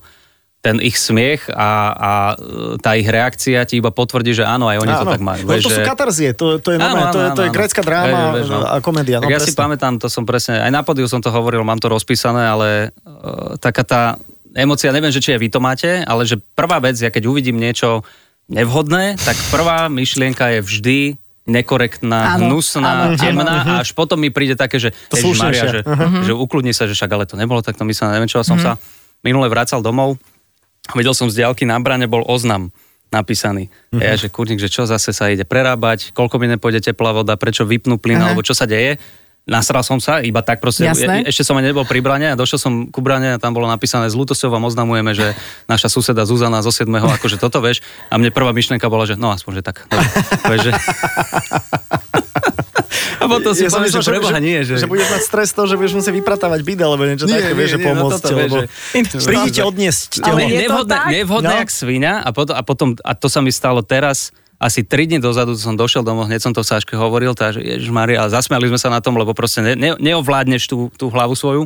Speaker 2: ten ich smiech a, a eh, tá ich reakcia ti iba potvrdí, že áno, aj oni to
Speaker 4: Áno.
Speaker 2: tak majú.
Speaker 4: No,
Speaker 2: Vieš,
Speaker 4: to sú
Speaker 2: že-
Speaker 4: katarzie, to, to je, normálne, to je, to je grécka dráma
Speaker 2: Hej, vieš, no.
Speaker 4: a komédia. No,
Speaker 2: tak ja si
Speaker 4: presne.
Speaker 2: pamätám, to som presne, aj na podiu som to hovoril, mám to rozpísané, ale uh, taká tá emocia, neviem, že či aj vy to máte, ale že prvá vec, ja keď uvidím niečo nevhodné, tak prvá myšlienka je vždy nekorektná,
Speaker 3: Áno,
Speaker 2: hnusná,
Speaker 3: áno,
Speaker 2: temná a až potom mi príde také, že,
Speaker 4: To
Speaker 2: Ježiš Maria,
Speaker 4: slušnejšie.
Speaker 2: že, že ukludni sa, že však ale to nebolo takto myslené, neviem čo, ja som sa minule vracal domov, vedel som z diálky na brane, bol oznam napísaný. Mm-hmm. Ja, že kurník, že čo zase sa ide prerábať, koľko mi nepôjde teplá voda, prečo vypnú plyn,
Speaker 3: Aha.
Speaker 2: alebo čo sa deje. Nasral som sa, iba tak proste,
Speaker 3: Jasné.
Speaker 2: e, ešte som aj nebol pri brane a došiel som ku brane a tam bolo napísané, z Lutosov vám oznamujeme, že naša suseda Zuzana zo 7. akože toto vieš. A mne prvá myšlienka bola, že no aspoň, že tak. dobre. Vieš, že... a potom si ja
Speaker 4: som
Speaker 2: pamätám, že preboha nie, že...
Speaker 4: že budeš mať stres to, že budeš musieť vypratávať byda, alebo niečo
Speaker 2: Nie,
Speaker 4: také,
Speaker 2: nie,
Speaker 4: vieš, že
Speaker 2: nie, no
Speaker 4: pomôcť,
Speaker 2: toto,
Speaker 4: no
Speaker 2: vieš,
Speaker 4: lebo
Speaker 2: že-
Speaker 4: prídite odniesť telo.
Speaker 3: Ale
Speaker 2: Ale
Speaker 3: je to
Speaker 2: nevhodné,
Speaker 3: tak?
Speaker 2: nevhodné
Speaker 4: No.
Speaker 2: jak svinia a potom, a potom, a to sa mi stalo teraz, asi 3 dní dozadu som došiel domov, hneď som to Sáške hovoril, takže ježišmari, ale zasmiali sme sa na tom, lebo proste ne, ne, neovládneš tú, tú hlavu svoju.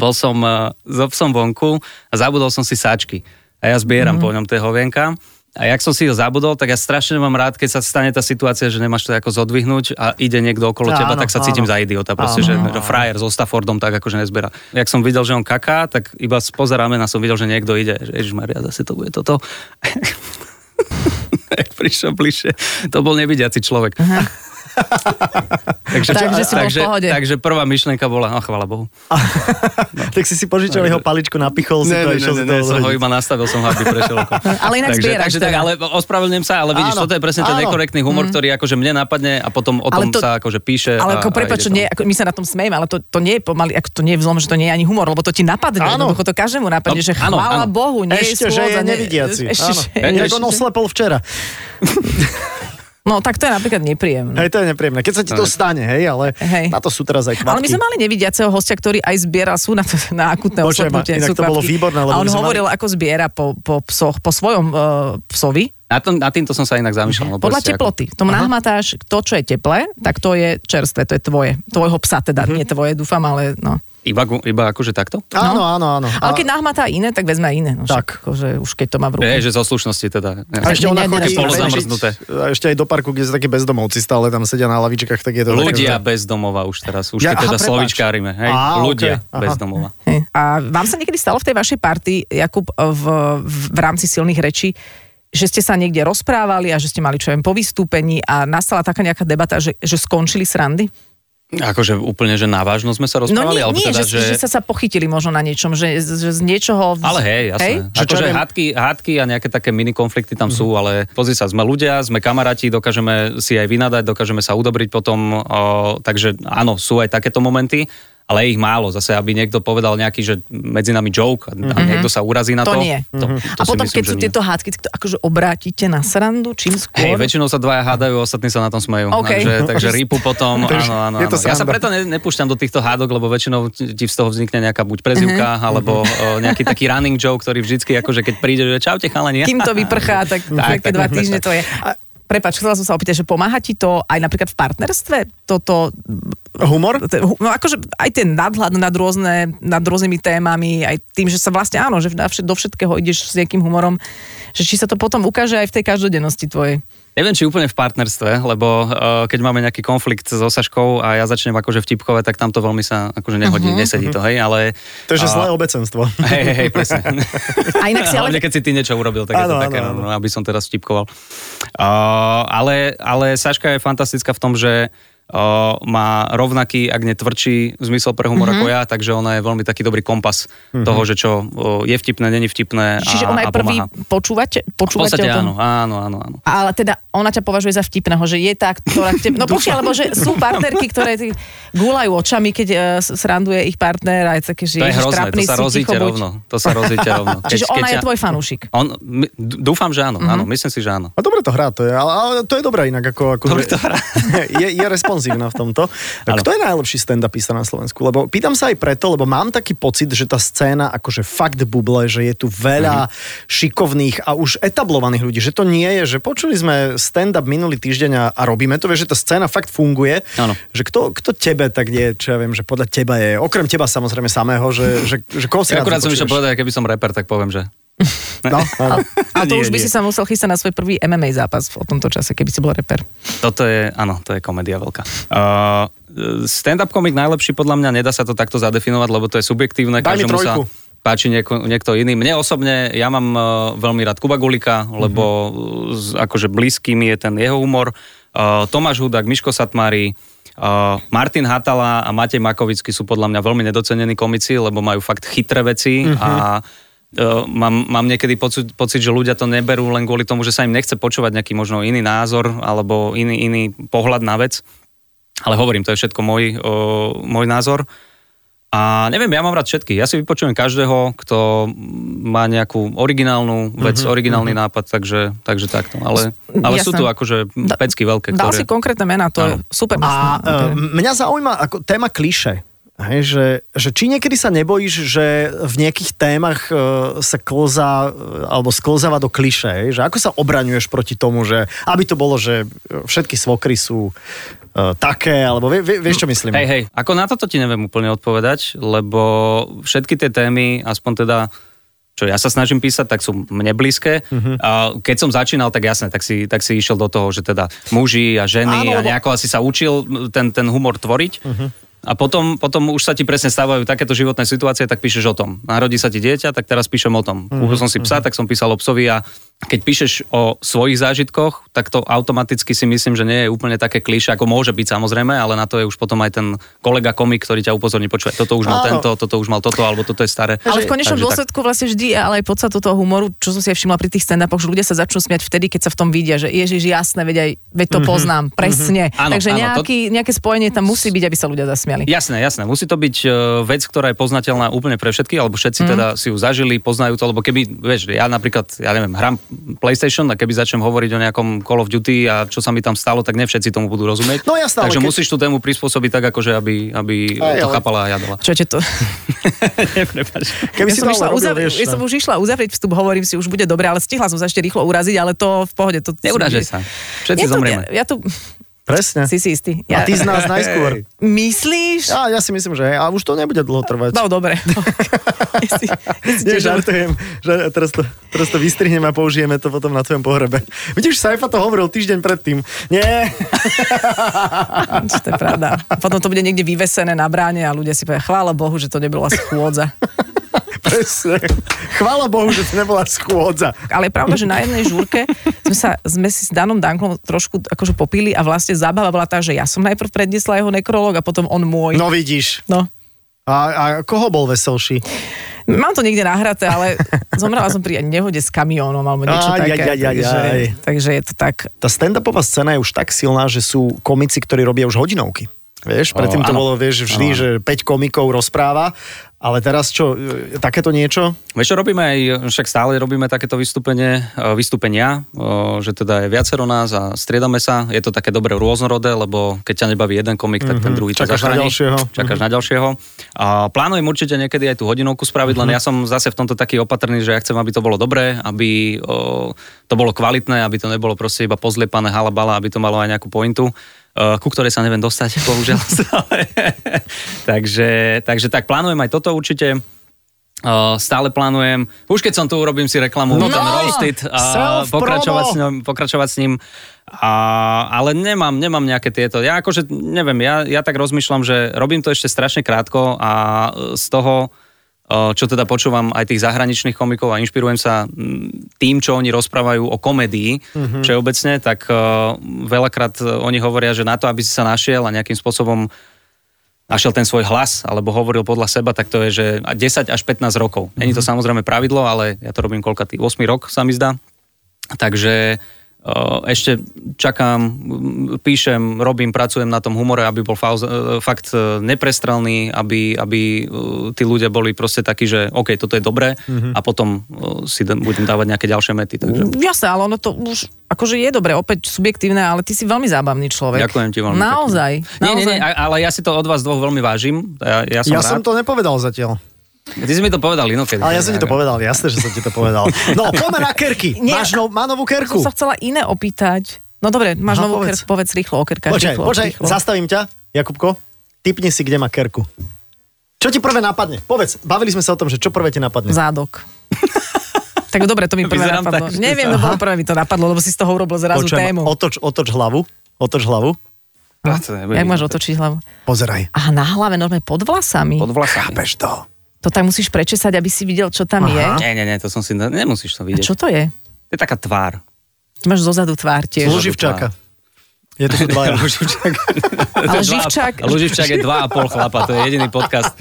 Speaker 2: Bol som uh, s obsom vonku a zabudol som si sáčky. A ja zbieram po ňom tie hovienka. A jak som si ho zabudol, tak ja strašne mám rád, keď sa stane tá situácia, že nemáš to ako zodvihnúť a ide niekto okolo
Speaker 4: Áno,
Speaker 2: teba, tak sa
Speaker 4: áno.
Speaker 2: cítim za idiota, proste, že že frajer so Staffordom tak akože nezbiera. Jak som videl, že on kaká, tak iba spoza ramena som videl, že niekto ide, že ježišmaria, zase to bude toto. Prišiel bližšie. To bol nevidiaci človek. takže,
Speaker 3: Takže si bol v
Speaker 2: takže,
Speaker 3: pohode.
Speaker 2: takže prvá myšlienka bola, no chvala Bohu.
Speaker 4: Tak si si požičal jeho paličku, napichol si to a išiel si to
Speaker 2: som ho
Speaker 4: odhodiť.
Speaker 2: iba nastavil, som ho, aby prešiel okolo.
Speaker 3: Ale inak
Speaker 2: takže,
Speaker 3: zbieraš
Speaker 2: takže
Speaker 3: teda. Mhm.
Speaker 2: tak, ale ospravedlňujem sa, ale vidíš,
Speaker 4: Áno,
Speaker 2: toto je presne ten
Speaker 4: áno.
Speaker 2: nekorektný humor, ktorý akože mne napadne a potom o tom
Speaker 3: Ale to-
Speaker 2: sa akože píše. a-
Speaker 3: Ale
Speaker 2: a
Speaker 3: ako
Speaker 2: ide
Speaker 3: prepač,
Speaker 2: to.
Speaker 3: nie, ako, my sa na tom smejeme, ale to, to nie je pomaly, ako to nie je vzlom, že to nie je ani humor, lebo to ti napadne.
Speaker 4: Áno.
Speaker 3: Jednoducho to každému napadne,
Speaker 2: No,
Speaker 3: že
Speaker 2: áno,
Speaker 3: chvála
Speaker 2: áno.
Speaker 3: Bohu, nie
Speaker 4: Ešte, že je
Speaker 3: je schôdza, nie-
Speaker 4: nevidiaci.
Speaker 3: Ešte,
Speaker 4: Áno.
Speaker 3: že,
Speaker 4: Tak on oslepol včera.
Speaker 3: No tak to je napríklad nepríjemné.
Speaker 4: Hej, to je nepríjemné. Keď sa ti to stane, hej, ale
Speaker 3: Hej.
Speaker 4: na to sú teraz aj
Speaker 3: Ale my sme
Speaker 4: kvapky.
Speaker 3: mali nevidiaceho hostia, ktorý aj zbieral sú na, to, na akutné
Speaker 4: Počujem,
Speaker 3: oslepnutie.
Speaker 4: inak
Speaker 3: sú
Speaker 4: to bolo
Speaker 3: kvapky.
Speaker 4: výborné, lebo
Speaker 3: A
Speaker 4: my
Speaker 3: on
Speaker 4: sme mali-
Speaker 3: hovoril, ako zbiera po, po psoch, po svojom uh, psovi.
Speaker 2: Na, tom, na týmto som sa inak zamýšľal. no
Speaker 3: Podľa
Speaker 2: proste ako-
Speaker 3: teploty. To nahmatáš to, čo je teplé, tak to je čerstvé, to je tvoje. Tvojho psa teda,
Speaker 2: Mhm.
Speaker 3: nie tvoje, dúfam, ale no.
Speaker 2: Iba, gu- iba akože takto?
Speaker 4: Áno, áno, áno.
Speaker 3: Ale keď nahmatá iné, tak vezme aj iné. No,
Speaker 4: Tak.
Speaker 3: však, akože už keď to má v ruke.
Speaker 2: Je, že zo slušnosti teda.
Speaker 4: No. A ešte ona
Speaker 3: Ne, ne,
Speaker 4: chodí
Speaker 3: ne,
Speaker 2: ne,
Speaker 4: bežiť.
Speaker 2: zamrznuté.
Speaker 4: A ešte aj do parku, kde sú takí bezdomovci stále tam sedia na lavičkách, tak je to...
Speaker 2: Ľudia bez domova už teraz, už
Speaker 4: Ja-
Speaker 2: keď teda
Speaker 4: aha, prepáč.
Speaker 2: slovičkárime. Hej?
Speaker 4: Á, okej,
Speaker 2: Ľudia
Speaker 4: aha.
Speaker 2: bez domova.
Speaker 3: Hej. A vám sa niekedy stalo v tej vašej partii, Jakub, v, v, v rámci silných rečí, že ste sa niekde rozprávali a že ste mali čo viem po vystúpení a nastala taká nejaká debata, že, že skončili srandy?
Speaker 2: Akože úplne, že navážno sme sa
Speaker 3: No
Speaker 2: rozprávali?
Speaker 3: nie,
Speaker 2: alebo
Speaker 3: nie
Speaker 2: teda,
Speaker 3: že, že... že sa sa pochytili možno na niečom, že, že z niečoho...
Speaker 2: Ale hej, jasné. Hej?
Speaker 4: Že čo
Speaker 2: Akože
Speaker 4: ja viem-
Speaker 2: hádky, hádky a nejaké také mini konflikty tam sú,
Speaker 3: Mhm.
Speaker 2: ale pozri sa, sme ľudia, sme kamaráti, dokážeme si aj vynadať, dokážeme sa udobriť potom, o, takže áno, sú aj takéto momenty, ale je ich málo. Zase, aby niekto povedal nejaký, že medzi nami joke a, a niekto sa urazí na
Speaker 3: Mhm. To
Speaker 2: to.
Speaker 3: nie. Mhm.
Speaker 2: To, to
Speaker 3: A
Speaker 2: si
Speaker 3: potom,
Speaker 2: myslím,
Speaker 3: keď
Speaker 2: že
Speaker 3: sú
Speaker 2: nie.
Speaker 3: tieto hádky, tak to akože obrátite na srandu, čím skôr.
Speaker 2: Hej, väčšinou sa dvaja hádajú, ostatní sa na tom smejú.
Speaker 3: OK.
Speaker 2: Takže, takže rípu potom,
Speaker 4: Takže
Speaker 2: áno, áno.
Speaker 4: je to
Speaker 2: áno. Ja sa
Speaker 4: sranda.
Speaker 2: preto ne, nepúšťam do týchto hádok, lebo väčšinou ti ti z toho vznikne nejaká buď
Speaker 3: Mhm.
Speaker 2: prezivka, alebo o, nejaký taký running joke, ktorý vždycky, akože keď príde, že čaute chalani.
Speaker 3: kým to vyprchá, tak nejaké dva
Speaker 2: tak, tak.
Speaker 3: týždne to je. A, Prepač, chcela som sa opýtať, že pomáha ti to aj napríklad v partnerstve? Toto,
Speaker 4: Humor?
Speaker 3: to- no akože aj ten nadhľad nad, rôzne, nad rôznymi témami, aj tým, že sa vlastne áno, že na všet, do všetkého ideš s nejakým humorom, že či sa to potom ukáže aj v tej každodennosti tvojej.
Speaker 2: Neviem, či úplne v partnerstve, lebo uh, keď máme nejaký konflikt so Saškou a ja začnem akože vtipkovať, tak tamto veľmi sa akože nehodí,
Speaker 3: Mhm.
Speaker 2: uh-huh. nesedí to, hej, ale...
Speaker 4: To je že
Speaker 2: a-
Speaker 4: zlé obecenstvo.
Speaker 2: Hej, hej, hej, presne.
Speaker 3: A inak si ale-
Speaker 2: Hlavne, keď si ty niečo urobil, tak
Speaker 4: Áno,
Speaker 2: je to také,
Speaker 4: áno,
Speaker 2: no,
Speaker 4: áno.
Speaker 2: aby som teraz vtipkoval. Uh, ale, ale Saška je fantastická v tom, že uh, má rovnaký, ak netvrdší zmysel pre humor
Speaker 3: Mhm.
Speaker 2: ako ja, takže ona je veľmi taký dobrý kompas
Speaker 4: Mhm.
Speaker 2: toho, že čo uh, je vtipné, není vtipné a,
Speaker 3: Čiže
Speaker 2: a
Speaker 3: ona je prvý
Speaker 2: pomáha.
Speaker 3: počúvate,
Speaker 2: V podstate
Speaker 3: počúvateľ toho-
Speaker 2: áno, áno, áno, áno.
Speaker 3: Ale teda ona ťa považuje za vtipného, že je tá, ktorá... Te... No pokiaľ, lebo že sú partnerky, ktoré ty gúľajú očami, keď uh, sranduje ich partner a je také, že
Speaker 2: To je
Speaker 3: ježiš,
Speaker 2: hrozné,
Speaker 3: trapný
Speaker 2: to sa
Speaker 3: si,
Speaker 2: rozíte
Speaker 3: ticho buď.
Speaker 2: rovno. To sa rozíte rovno.
Speaker 3: Čiže ona je
Speaker 2: ťa-
Speaker 3: tvoj Mhm. fanúšik.
Speaker 2: On, my- d- dúfam, že áno, áno, myslím si, že áno.
Speaker 4: A dobre to hrá, to je, ale, ale to je dobré inak, ako... ako
Speaker 2: Dobre to hrá.
Speaker 4: je, je responsívna v tomto.
Speaker 2: Áno.
Speaker 4: Kto je najlepší stand-upista na Slovensku? Lebo pýtam sa aj preto, lebo mám taký pocit, že tá scéna akože fakt buble, že je tu veľa
Speaker 2: Mhm.
Speaker 4: šikovných a už etablovaných ľudí, že to nie je, že počuli sme stand-up minulý týždeň a, a robíme to, vieš, že tá scéna fakt funguje.
Speaker 2: Áno.
Speaker 4: Že kto, kto tebe tak je, čo ja viem, že podľa teba je, okrem teba samozrejme samého, že, že, že koho si
Speaker 2: Ja
Speaker 4: rád
Speaker 2: akurát som išiel
Speaker 4: vypočuješ?
Speaker 2: povedať, keby som reper, tak poviem, že...
Speaker 4: No, áno.
Speaker 3: A to
Speaker 2: Nie,
Speaker 3: už by
Speaker 2: nie.
Speaker 3: si sa musel chystať na svoj prvý MMA zápas o tomto čase, keby si bol reper.
Speaker 2: Toto je, áno, to je komédia veľká. Uh, stand-up komik najlepší podľa mňa, nedá sa to takto zadefinovať, lebo to je subjektívne.
Speaker 4: Daj mi
Speaker 2: Každému sa
Speaker 4: trojku.
Speaker 2: páči nieko, niekto iný. Mne osobne, ja mám uh, veľmi rád Kuba Gulika, lebo uh, z, akože blízky mi je ten jeho humor. Uh, Tomáš Hudák, Miško Satmári, Uh, Martin Hatala a Matej Makovický sú podľa mňa veľmi nedocenení komici, lebo majú fakt chytré veci a Uh, mám, mám niekedy pocit, pocit, že ľudia to neberú len kvôli tomu, že sa im nechce počúvať nejaký možno iný názor alebo iný, iný pohľad na vec. Ale hovorím, to je všetko môj, uh, môj názor. A neviem, ja mám rád všetky. Ja si vypočujem každého, kto má nejakú originálnu vec,
Speaker 3: Mhm,
Speaker 2: mm-hmm, originálny mm-hmm. nápad, takže, takže takto. Ale, ale sú
Speaker 3: Jasné.
Speaker 2: tu akože
Speaker 3: Da-
Speaker 2: pecky veľké,
Speaker 3: Dal
Speaker 2: ktoré...
Speaker 3: si konkrétne mená, to je
Speaker 2: Áno.
Speaker 4: A
Speaker 3: super. myslím.
Speaker 4: e, mňa zaujíma ako téma kliše. Hej, že, že či niekedy sa nebojíš, že v nejakých témach e, sa klza, e, alebo sklzáva do kliše, hej? že ako sa obraňuješ proti tomu, že aby to bolo, že e, všetky svokry sú e, také, alebo vie, vie, vieš, čo
Speaker 3: No,
Speaker 4: myslím?
Speaker 2: Hej, hej, ako na toto ti neviem úplne odpovedať, lebo všetky tie témy, aspoň teda čo ja sa snažím písať, tak sú mne blízke.
Speaker 3: Mhm.
Speaker 2: Uh-huh. A keď som začínal, tak jasne, tak si, tak si išiel do toho, že teda muži a ženy
Speaker 4: Áno,
Speaker 2: Áno, a
Speaker 4: lebo-
Speaker 2: nejako asi sa učil ten, ten humor tvoriť. Uh-huh.
Speaker 3: Mhm.
Speaker 2: A potom, potom už sa ti presne stávajú takéto životné situácie, tak píšeš o tom. Narodí sa ti dieťa, tak teraz píšem o tom. Kúpil som si psa, tak som písal o psovi a keď píšeš o svojich zážitkoch, tak to automaticky si myslím, že nie je úplne také klišé, ako môže byť samozrejme, ale na to je už potom aj ten kolega komik, ktorý ťa upozorní, počúvaj, toto už mal
Speaker 4: Áno.
Speaker 2: tento, toto už mal toto, alebo toto je staré.
Speaker 3: Ale v konečnom
Speaker 2: Takže tak.
Speaker 3: dôsledku vlastne vždy, ale aj podstatu toho humoru, čo som si aj všimla pri tých stand-upoch, že ľudia sa začnú smiať vtedy, keď sa v tom vidia, že ježiš, jasné, veď, aj, veď to poznám, presne.
Speaker 2: Mhm, Áno,
Speaker 3: Takže
Speaker 2: áno, to-
Speaker 3: nejaký, nejaké spojenie tam musí byť, aby sa ľudia zasmiali.
Speaker 2: Jasné, jasné. Musí to byť e, vec, ktorá je poznateľná úplne pre všetky, alebo všetci
Speaker 4: Mhm.
Speaker 2: mm. teda si ju zažili, poznajú to, lebo keby, vieš, ja napríklad, ja neviem, hram PlayStation a keby začnem hovoriť o nejakom Call of Duty a čo sa mi tam stalo, tak ne všetci tomu budú rozumieť.
Speaker 4: No jasné, ale
Speaker 2: Takže
Speaker 4: keď-
Speaker 2: keď... musíš tú tému prispôsobiť tak, akože aby, aby
Speaker 4: Aj,
Speaker 2: to
Speaker 4: ale-
Speaker 2: chápala a jadala.
Speaker 3: Čo je to?
Speaker 4: Keby
Speaker 3: ja
Speaker 4: si
Speaker 3: som,
Speaker 4: to
Speaker 3: išla
Speaker 4: ale robil,
Speaker 3: uzav-
Speaker 4: vieš,
Speaker 3: ja som
Speaker 4: no.
Speaker 3: už išla uzavrieť vstup, hovorím si, už bude dobre, ale stihla som sa ešte rýchlo uraziť, ale to v pohode. To
Speaker 2: Neurážaj sa. Všetci
Speaker 3: ja to,
Speaker 2: zomrieme.
Speaker 3: ja, ja tu,
Speaker 4: Presne.
Speaker 3: si si istý.
Speaker 4: A
Speaker 3: Ja,
Speaker 4: ty z nás najskôr.
Speaker 3: Myslíš?
Speaker 4: Ja, ja si myslím, že hej, a už to nebude dlho trvať.
Speaker 3: No, dobre. Ja si- ja si
Speaker 4: Nie,
Speaker 3: tiež-
Speaker 4: žartujem. Žar, teraz, to, teraz to vystrihneme a použijeme to potom na tvojom pohrebe. Vidíš, Saifa to hovoril týždeň predtým. Nie,
Speaker 3: Čo to je pravda. Potom to bude niekde vyvesené na bráne a ľudia si povedia, chvála Bohu, že to nebola schôdza.
Speaker 4: presne. Chvála Bohu, že to nebola schôdza.
Speaker 3: Ale je pravda, že na jednej žúrke sme, sa, sme si s Danom Danklom trošku akože popili a vlastne zábava bola tá, že ja som najprv predniesla jeho nekrológ a potom on môj.
Speaker 4: No vidíš.
Speaker 3: no.
Speaker 4: A, a koho bol veselší?
Speaker 3: Mám to niekde nahraté, ale zomrela som pri nehode s kamiónom alebo niečo
Speaker 4: Aj,
Speaker 3: také.
Speaker 4: aj, aj, aj,
Speaker 3: takže,
Speaker 4: aj.
Speaker 3: takže je to tak.
Speaker 4: Tá stand-upová scéna je už tak silná, že sú komici, ktorí robia už hodinovky. Vieš, predtým to
Speaker 2: áno.
Speaker 4: bolo, vieš, vždy, že 5 komikov rozpráva, ale teraz čo, e, takéto niečo?
Speaker 2: Vieš, čo robíme aj, však stále robíme takéto vystúpenie, e, vystúpenia, e, že teda je viacero nás a striedame sa. Je to také dobre rôznorodé, lebo keď ťa nebaví jeden komik, tak ten druhý ťa
Speaker 4: Mhm. Čakáš na
Speaker 2: zachráni.
Speaker 4: ďalšieho.
Speaker 2: Čakáš na ďalšieho. A plánujem určite niekedy aj tú hodinovku spraviť,
Speaker 4: Mhm.
Speaker 2: len ja som zase v tomto taký opatrný, že ja chcem, aby to bolo dobré, aby o, to bolo kvalitné, aby to nebolo proste iba pozliepané halabala, aby to malo aj nejakú pointu e, ku ktorej sa neviem dostať, bohužiaľ. stále. takže, takže tak plánujem aj toto určite. Uh, stále plánujem, už keď som tu, urobím si reklamu, no, ten roasted a
Speaker 4: Self-promo!
Speaker 2: pokračovať s, ňom, pokračovať s ním. A, ale nemám, nemám nejaké tieto. Ja akože, neviem, ja, ja tak rozmýšľam, že robím to ešte strašne krátko a e, z toho, e, čo teda počúvam aj tých zahraničných komikov a inšpirujem sa mm, tým, čo oni rozprávajú o komédii všeobecne, tak e, veľakrát e, oni hovoria, že na to, aby si sa našiel a nejakým spôsobom našiel ten svoj hlas alebo hovoril podľa seba, tak to je, že 10 až 15 rokov. Není
Speaker 4: Mhm.
Speaker 2: to samozrejme pravidlo, ale ja to robím koľkatý, 8 rok sa mi zdá. Takže e, ešte čakám, m, píšem, robím, pracujem na tom humore, aby bol fauz, e, fakt e, neprestrelný, aby, aby e, tí ľudia boli proste takí, že OK, toto je dobré
Speaker 4: Mhm.
Speaker 2: a potom e, si d- budem dávať nejaké ďalšie mety. Takže.
Speaker 3: Jasné, ale ono to už akože je dobre, opäť subjektívne, ale ty si veľmi zábavný človek.
Speaker 2: Ďakujem ti veľmi.
Speaker 3: Naozaj.
Speaker 2: Pekne.
Speaker 3: naozaj.
Speaker 2: Nie, nie, nie, a- ale ja si to od vás dvoch veľmi vážim. Ja, ja som,
Speaker 4: ja
Speaker 2: rád.
Speaker 4: som to nepovedal zatiaľ.
Speaker 2: Ty si mi to povedal inokedy.
Speaker 4: Ale ja som ti to povedal, jasné, že som ti to povedal. No, poďme na kerky.
Speaker 3: Nie.
Speaker 4: Máš no, má novú
Speaker 3: som
Speaker 4: kerku.
Speaker 3: sa chcela iné opýtať. No dobre, máš
Speaker 4: No,
Speaker 3: novú
Speaker 4: povedz.
Speaker 3: kerku, povedz rýchlo o kerkách.
Speaker 4: Počkaj,
Speaker 3: rýchlo,
Speaker 4: počkaj,
Speaker 3: rýchlo.
Speaker 4: zastavím ťa, Jakubko. Typni si, kde má kerku. Čo ti prvé napadne? Povedz, bavili sme sa o tom, že čo prvé ti napadne.
Speaker 3: Zádok. tak dobre, to mi prvé
Speaker 2: Vyzerám
Speaker 3: napadlo.
Speaker 2: tak, že-
Speaker 3: Neviem, no bolo prvé mi to napadlo, lebo si z toho urobil zrazu
Speaker 4: Počujem,
Speaker 3: tému.
Speaker 4: Otoč, otoč hlavu. Otoč hlavu.
Speaker 2: Ja to neviem.
Speaker 3: Jak máš otočiť hlavu?
Speaker 4: Pozeraj.
Speaker 3: Aha, na hlave, normálne pod vlasami.
Speaker 2: Pod vlasami.
Speaker 4: Chápeš to?
Speaker 3: To tak musíš prečesať, aby si videl, čo tam je.
Speaker 2: Nie, nie, nie, to som si... Nemusíš to
Speaker 3: A
Speaker 2: vidieť.
Speaker 3: čo to je?
Speaker 2: To je taká tvár.
Speaker 3: Ty máš zozadu tvár tiež.
Speaker 2: Zloži-
Speaker 4: Luživčáka. Je to dva.
Speaker 2: To je dva-
Speaker 3: živčák-
Speaker 2: Luživčák je dva a pol chlapa, to je jediný podcast.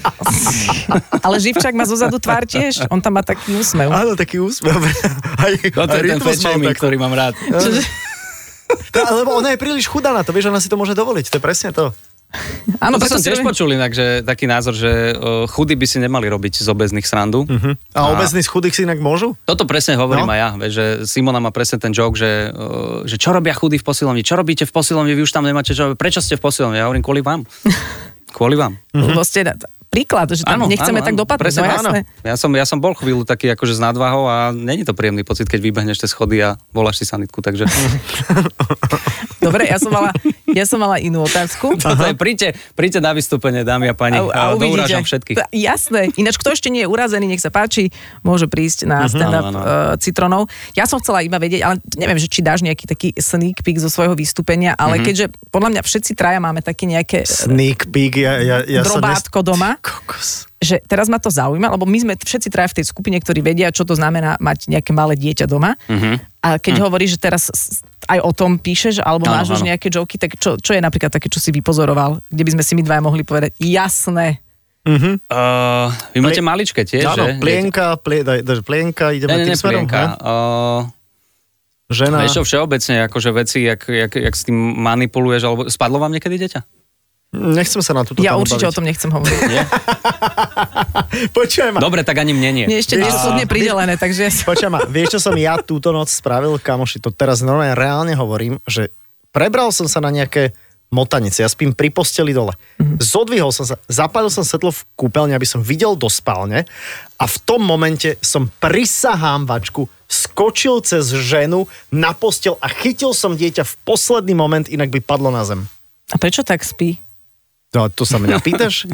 Speaker 3: Ale Živčák má zozadu tvár tiež. On tam má taký úsmev.
Speaker 4: Áno, taký úsmev. Aj,
Speaker 2: No to je
Speaker 4: aj
Speaker 2: ten
Speaker 4: rytmus mal
Speaker 2: fečemi,
Speaker 4: takú.
Speaker 2: ktorý mám rád.
Speaker 3: Čože-
Speaker 4: Tá, Lebo ona je príliš chudá na to, vieš, ona si to môže dovoliť, to je presne to.
Speaker 2: No,
Speaker 3: Áno,
Speaker 2: to som
Speaker 3: preto si
Speaker 2: tiež
Speaker 3: robím-
Speaker 2: počul inak, že taký názor, že uh, chudí by si nemali robiť z obezných srandu.
Speaker 4: A, obecný z chudých si inak môžu?
Speaker 2: Toto presne hovorím no.
Speaker 4: No.
Speaker 2: aj ja, vieš, že Simona má presne ten joke, že, uh, že čo robia chudí v posilovni, čo robíte v posilovni, vy už tam nemáte čo robiť, prečo ste v posilovni? Ja hovorím, kvôli vám. kvôli vám.
Speaker 4: Mhm.
Speaker 3: Lebo ste na- príklad, že tam nechceme tak dopadnúť.
Speaker 2: Presne
Speaker 3: No
Speaker 2: tak.
Speaker 3: jasné.
Speaker 2: Ja som, ja som bol chvíľu taký akože s nadvahou a není to príjemný pocit, keď vybehneš tie schody a voláš si sanitku, takže
Speaker 3: Dobre, ja som mala, ja som mala inú otázku.
Speaker 2: toto je, príďte, príďte na vystúpenie, dámy a páni, a, a dourážam všetkých.
Speaker 3: Tá, Jasné. Ináč, kto ešte nie je urazený, nech sa páči, môže prísť na stand-up
Speaker 2: Mhm. Áno, áno.
Speaker 3: uh, citronov. Ja som chcela iba vedieť, ale neviem, že či dáš nejaký taký sneak peek zo svojho vystúpenia, ale
Speaker 2: Mhm.
Speaker 3: keďže podľa mňa všetci traja máme také nejaké... e,
Speaker 4: Sneak peek, ja, ja, ja
Speaker 3: Drobátko
Speaker 4: sa nest-
Speaker 3: doma.
Speaker 4: Ty Kokos.
Speaker 3: že teraz ma to zaujíma, lebo my sme t- všetci traja v tej skupine, ktorí vedia, čo to znamená mať nejaké malé dieťa doma. Uh-huh.
Speaker 4: Mhm.
Speaker 3: A keď uh-huh. hovoríš, že teraz s- aj o tom píšeš, alebo
Speaker 2: Áno,
Speaker 3: máš už
Speaker 2: áno.
Speaker 3: nejaké joky, tak čo, čo je napríklad také, čo si vypozoroval, kde by sme si my dvaja mohli povedať, jasné,
Speaker 2: Uh, vy máte maličké tiež,
Speaker 4: Áno,
Speaker 2: že?
Speaker 4: plienka, plie, daj, daj, plienka,
Speaker 2: Nie,
Speaker 4: ideme
Speaker 2: nie,
Speaker 4: tým
Speaker 2: nie,
Speaker 4: smerom.
Speaker 2: plienka.
Speaker 4: ne? No.
Speaker 2: Uh,
Speaker 4: Žena.
Speaker 2: vieš čo, všeobecne, akože veci, jak, jak, jak s tým manipuluješ, alebo spadlo vám niekedy dieťa?
Speaker 4: Nechcem sa na túto
Speaker 3: ja
Speaker 4: tému
Speaker 3: určite
Speaker 4: baviť.
Speaker 3: o tom nechcem hovoriť.
Speaker 4: Počujem ma.
Speaker 2: Dobre, tak ani mne nie.
Speaker 3: Mne ešte niečo
Speaker 4: A-
Speaker 3: súdne pridelené, takže ja som...
Speaker 4: Počujem ma. Vieš, čo som ja túto noc spravil, kamoši? To teraz normálne reálne hovorím, že prebral som sa na nejaké motanice. Ja spím pri posteli dole.
Speaker 3: Mhm.
Speaker 4: Zodvihol som sa, zapálil som svetlo v kúpeľni, aby som videl do spálne a v tom momente som prisahám vačku, skočil cez ženu na postel a chytil som dieťa v posledný moment, inak by padlo na zem.
Speaker 3: A prečo tak spí?
Speaker 4: No, to sa mňa pýtaš?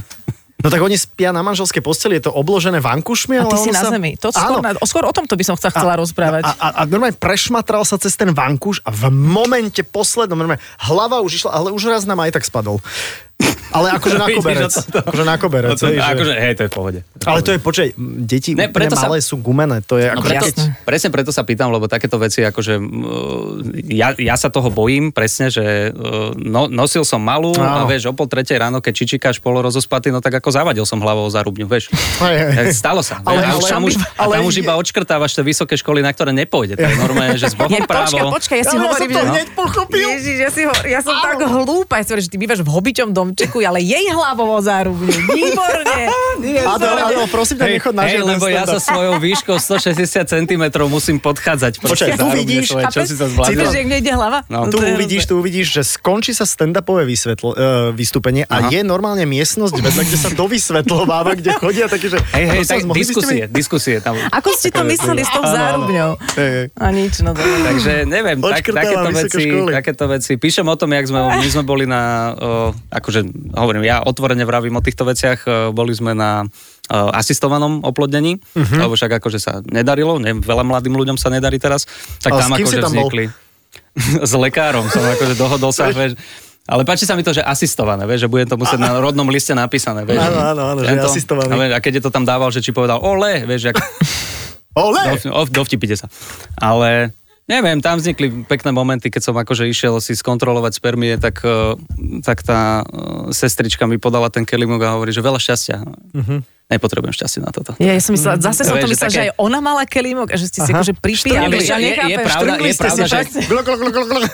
Speaker 4: No tak oni spia na manželskej posteli, je to obložené vankušmi,
Speaker 3: A
Speaker 4: ale
Speaker 3: ty si
Speaker 4: on
Speaker 3: na
Speaker 4: No, sa...
Speaker 3: zemi. To skôr,
Speaker 4: Áno.
Speaker 3: na, o- skôr o tomto by som sa chcela rozprávať.
Speaker 4: A, a, a normálne prešmatral sa cez ten vankúš a v momente poslednom, normálne, hlava už išla, ale už raz nám aj tak spadol. Ale akože na
Speaker 2: Vidíš,
Speaker 4: koberec.
Speaker 2: a toto-
Speaker 4: Akože na koberec.
Speaker 2: Toto-
Speaker 4: hej, že-
Speaker 2: Akože, hej, to je v pohode.
Speaker 4: Ale to je, počkaj, deti
Speaker 2: Ne,
Speaker 4: ne, úplne
Speaker 2: preto sa-
Speaker 4: malé sú gumené, to je akože
Speaker 2: No
Speaker 4: ako...
Speaker 2: preto,
Speaker 3: Jasné.
Speaker 2: presne preto sa pýtam, lebo takéto veci, akože m, e, ja, ja sa toho bojím presne, že e, no, nosil som malú a
Speaker 4: Áno.
Speaker 2: vieš, o pol tretej ráno, keď čičikáš polo rozospatý, no tak ako zavadil som hlavou za rubňu, vieš.
Speaker 4: Hej, hej, hej.
Speaker 2: Stalo sa. Ale, a,
Speaker 4: Ale-
Speaker 2: už,
Speaker 4: ale-
Speaker 2: tam už,
Speaker 4: ale-
Speaker 2: a tam už iba odškrtávaš tie vysoké školy, na ktoré nepôjde. To je normálne, že s Bohom
Speaker 3: Ja, počkaj,
Speaker 2: právo.
Speaker 3: počkaj, ja si
Speaker 4: Ale ja som
Speaker 3: hovorím,
Speaker 4: to
Speaker 3: že-
Speaker 4: hneď pochopil.
Speaker 3: Ježiš, ja, si ho, ja som tak hlúpa, ja si hovorím, že ty bývaš v hobiťom dome, stromčeku, ale jej hlavou o zárubne. Výborne.
Speaker 4: Áno, áno, prosím ťa, nechod na
Speaker 2: Hej,
Speaker 4: žiaden
Speaker 2: lebo ja so
Speaker 4: stand-up.
Speaker 2: svojou výškou 160 cm musím podchádzať. proste
Speaker 4: Počkaj, tu
Speaker 2: zárubne
Speaker 4: vidíš-
Speaker 2: svoje. Čo si sa
Speaker 3: Cítiš,
Speaker 2: zvládla?
Speaker 3: že mne ide hlava?
Speaker 2: No.
Speaker 4: Tu
Speaker 3: to je
Speaker 4: uvidíš, tu uvidíš, že skončí sa stand-upové vysvetl- e, vystúpenie a
Speaker 2: Aha.
Speaker 4: je normálne miestnosť, vedľa, kde sa dovysvetľováva, kde chodia takí, že...
Speaker 2: Hej, hej,
Speaker 4: Prosím
Speaker 2: tak
Speaker 4: vás, mohli by ste
Speaker 2: diskusie,
Speaker 4: mi-
Speaker 2: diskusie tam.
Speaker 3: Ako
Speaker 2: Akože-
Speaker 3: ste to mysleli s tou
Speaker 4: Áno, áno.
Speaker 3: zárubňou?
Speaker 4: Hej, hej.
Speaker 3: A nič, no dobre.
Speaker 2: Takže neviem, tak,
Speaker 4: Odškrtáva
Speaker 2: takéto,
Speaker 4: vysoké
Speaker 2: veci,
Speaker 4: školy.
Speaker 2: takéto veci. Píšem o tom, jak sme, my sme boli na, o, akože hovorím, ja otvorene vravím o týchto veciach, o, boli sme na o, asistovanom oplodnení,
Speaker 4: Mhm.
Speaker 2: uh-huh. lebo však akože sa nedarilo, ne, veľa mladým ľuďom sa nedarí teraz, tak
Speaker 4: Ale s
Speaker 2: tam
Speaker 4: kým si
Speaker 2: akože
Speaker 4: tam bol?
Speaker 2: vznikli. s lekárom som akože dohodol sa, vieš, ale páči sa mi to, že asistované, vieš, že budem to musieť na rodnom liste napísané. Vieš,
Speaker 4: Áno, áno, áno, že
Speaker 2: Tento-
Speaker 4: asistovaný.
Speaker 2: A, vieš, a keď je to tam dával, že či povedal ole, vieš, jak,
Speaker 4: Ole!
Speaker 2: Dov, ov, dovtipite sa. Ale neviem, tam vznikli pekné momenty, keď som akože išiel si skontrolovať spermie, tak, eh, tak tá eh, sestrička mi podala ten kelimok a hovorí, že veľa šťastia.
Speaker 4: Mhm.
Speaker 2: Uh-huh. Nepotrebujem šťastie na toto.
Speaker 3: Ja, ja som myslela, zase som to
Speaker 2: Vieš, že
Speaker 3: myslela, že
Speaker 2: také-
Speaker 3: aj ona mala kelímok a že ste si akože pripíjali.
Speaker 2: Štrngli-
Speaker 3: Ja
Speaker 2: je- je
Speaker 3: nechápem,
Speaker 2: pravda- je
Speaker 3: štrngli ste si
Speaker 2: pravda, že-
Speaker 3: presne.
Speaker 4: Glok, glok, glok, glok, glok.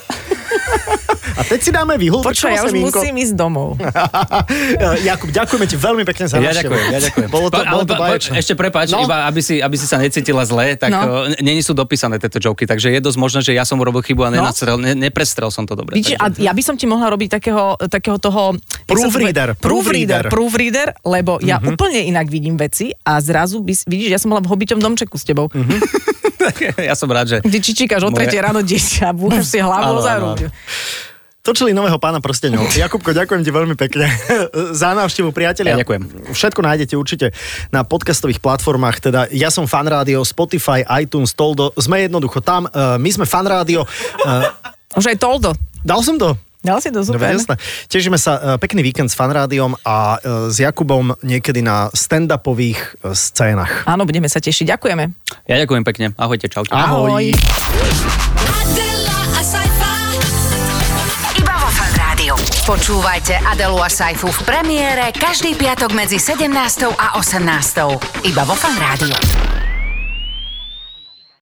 Speaker 4: A teď si dáme výhul.
Speaker 3: Počkaj, ja už musím ísť domov.
Speaker 4: Eh, Jakub, ďakujeme ti veľmi pekne za
Speaker 2: Ja
Speaker 4: návštevu.
Speaker 2: ďakujem, ja ďakujem.
Speaker 4: Bolo to,
Speaker 2: Po-
Speaker 4: bolo
Speaker 2: ale
Speaker 4: to
Speaker 2: po- po-
Speaker 4: báječné.
Speaker 2: Ešte prepáč,
Speaker 4: No.
Speaker 2: no. iba aby si, aby si sa necítila zle, tak
Speaker 3: No.
Speaker 2: no. není sú dopísané tieto joky, takže je dosť možné, že ja som urobil chybu a
Speaker 4: No.
Speaker 2: nenastrel, ne, neprestrel som to dobre.
Speaker 3: Vidíš, a
Speaker 2: takže-
Speaker 3: ja by som ti mohla robiť takého, takého toho... jak sa to povie-
Speaker 4: Proofreader,
Speaker 3: Proofreader,
Speaker 4: proofreader.
Speaker 3: proofreader, lebo ja úplne inak vidím veci a zrazu, by, si- vidíš, ja som bola v hobitom domčeku s tebou,
Speaker 2: ja som rád, že...
Speaker 3: kde čičíkaš
Speaker 2: Mhm.
Speaker 3: o
Speaker 2: Moje-
Speaker 3: tretie ráno dieťa, búchaš si
Speaker 2: Áno,
Speaker 3: hlavu o
Speaker 2: áno, áno.
Speaker 3: zárubu.
Speaker 4: Točili nového pána prsteňov. Jakubko, ďakujem ti veľmi pekne za návštevu, priatelia.
Speaker 2: Ja ďakujem.
Speaker 4: Všetko nájdete určite na podcastových platformách, teda ja som fan rádio, Spotify, iTunes, Toldo, sme jednoducho tam, eh, my sme fan rádio. Eh,
Speaker 3: Už aj toldo.
Speaker 4: Dal som to?
Speaker 3: Dal si to
Speaker 4: Dobre, jasné.
Speaker 3: super.
Speaker 4: Tešíme sa, eh, pekný víkend s fanrádiom a eh, s Jakubom niekedy na stand-upových eh, scénach.
Speaker 3: Áno, budeme sa tešiť. Ďakujeme.
Speaker 2: Ja ďakujem pekne. Ahojte, čaute.
Speaker 3: Ahoj.
Speaker 5: Adela, a sci-fi.
Speaker 1: Iba vo Fan Rádiu. Počúvajte Adelu a Saifu v premiére každý piatok medzi 17. a 18. Iba vo Fan Rádiu.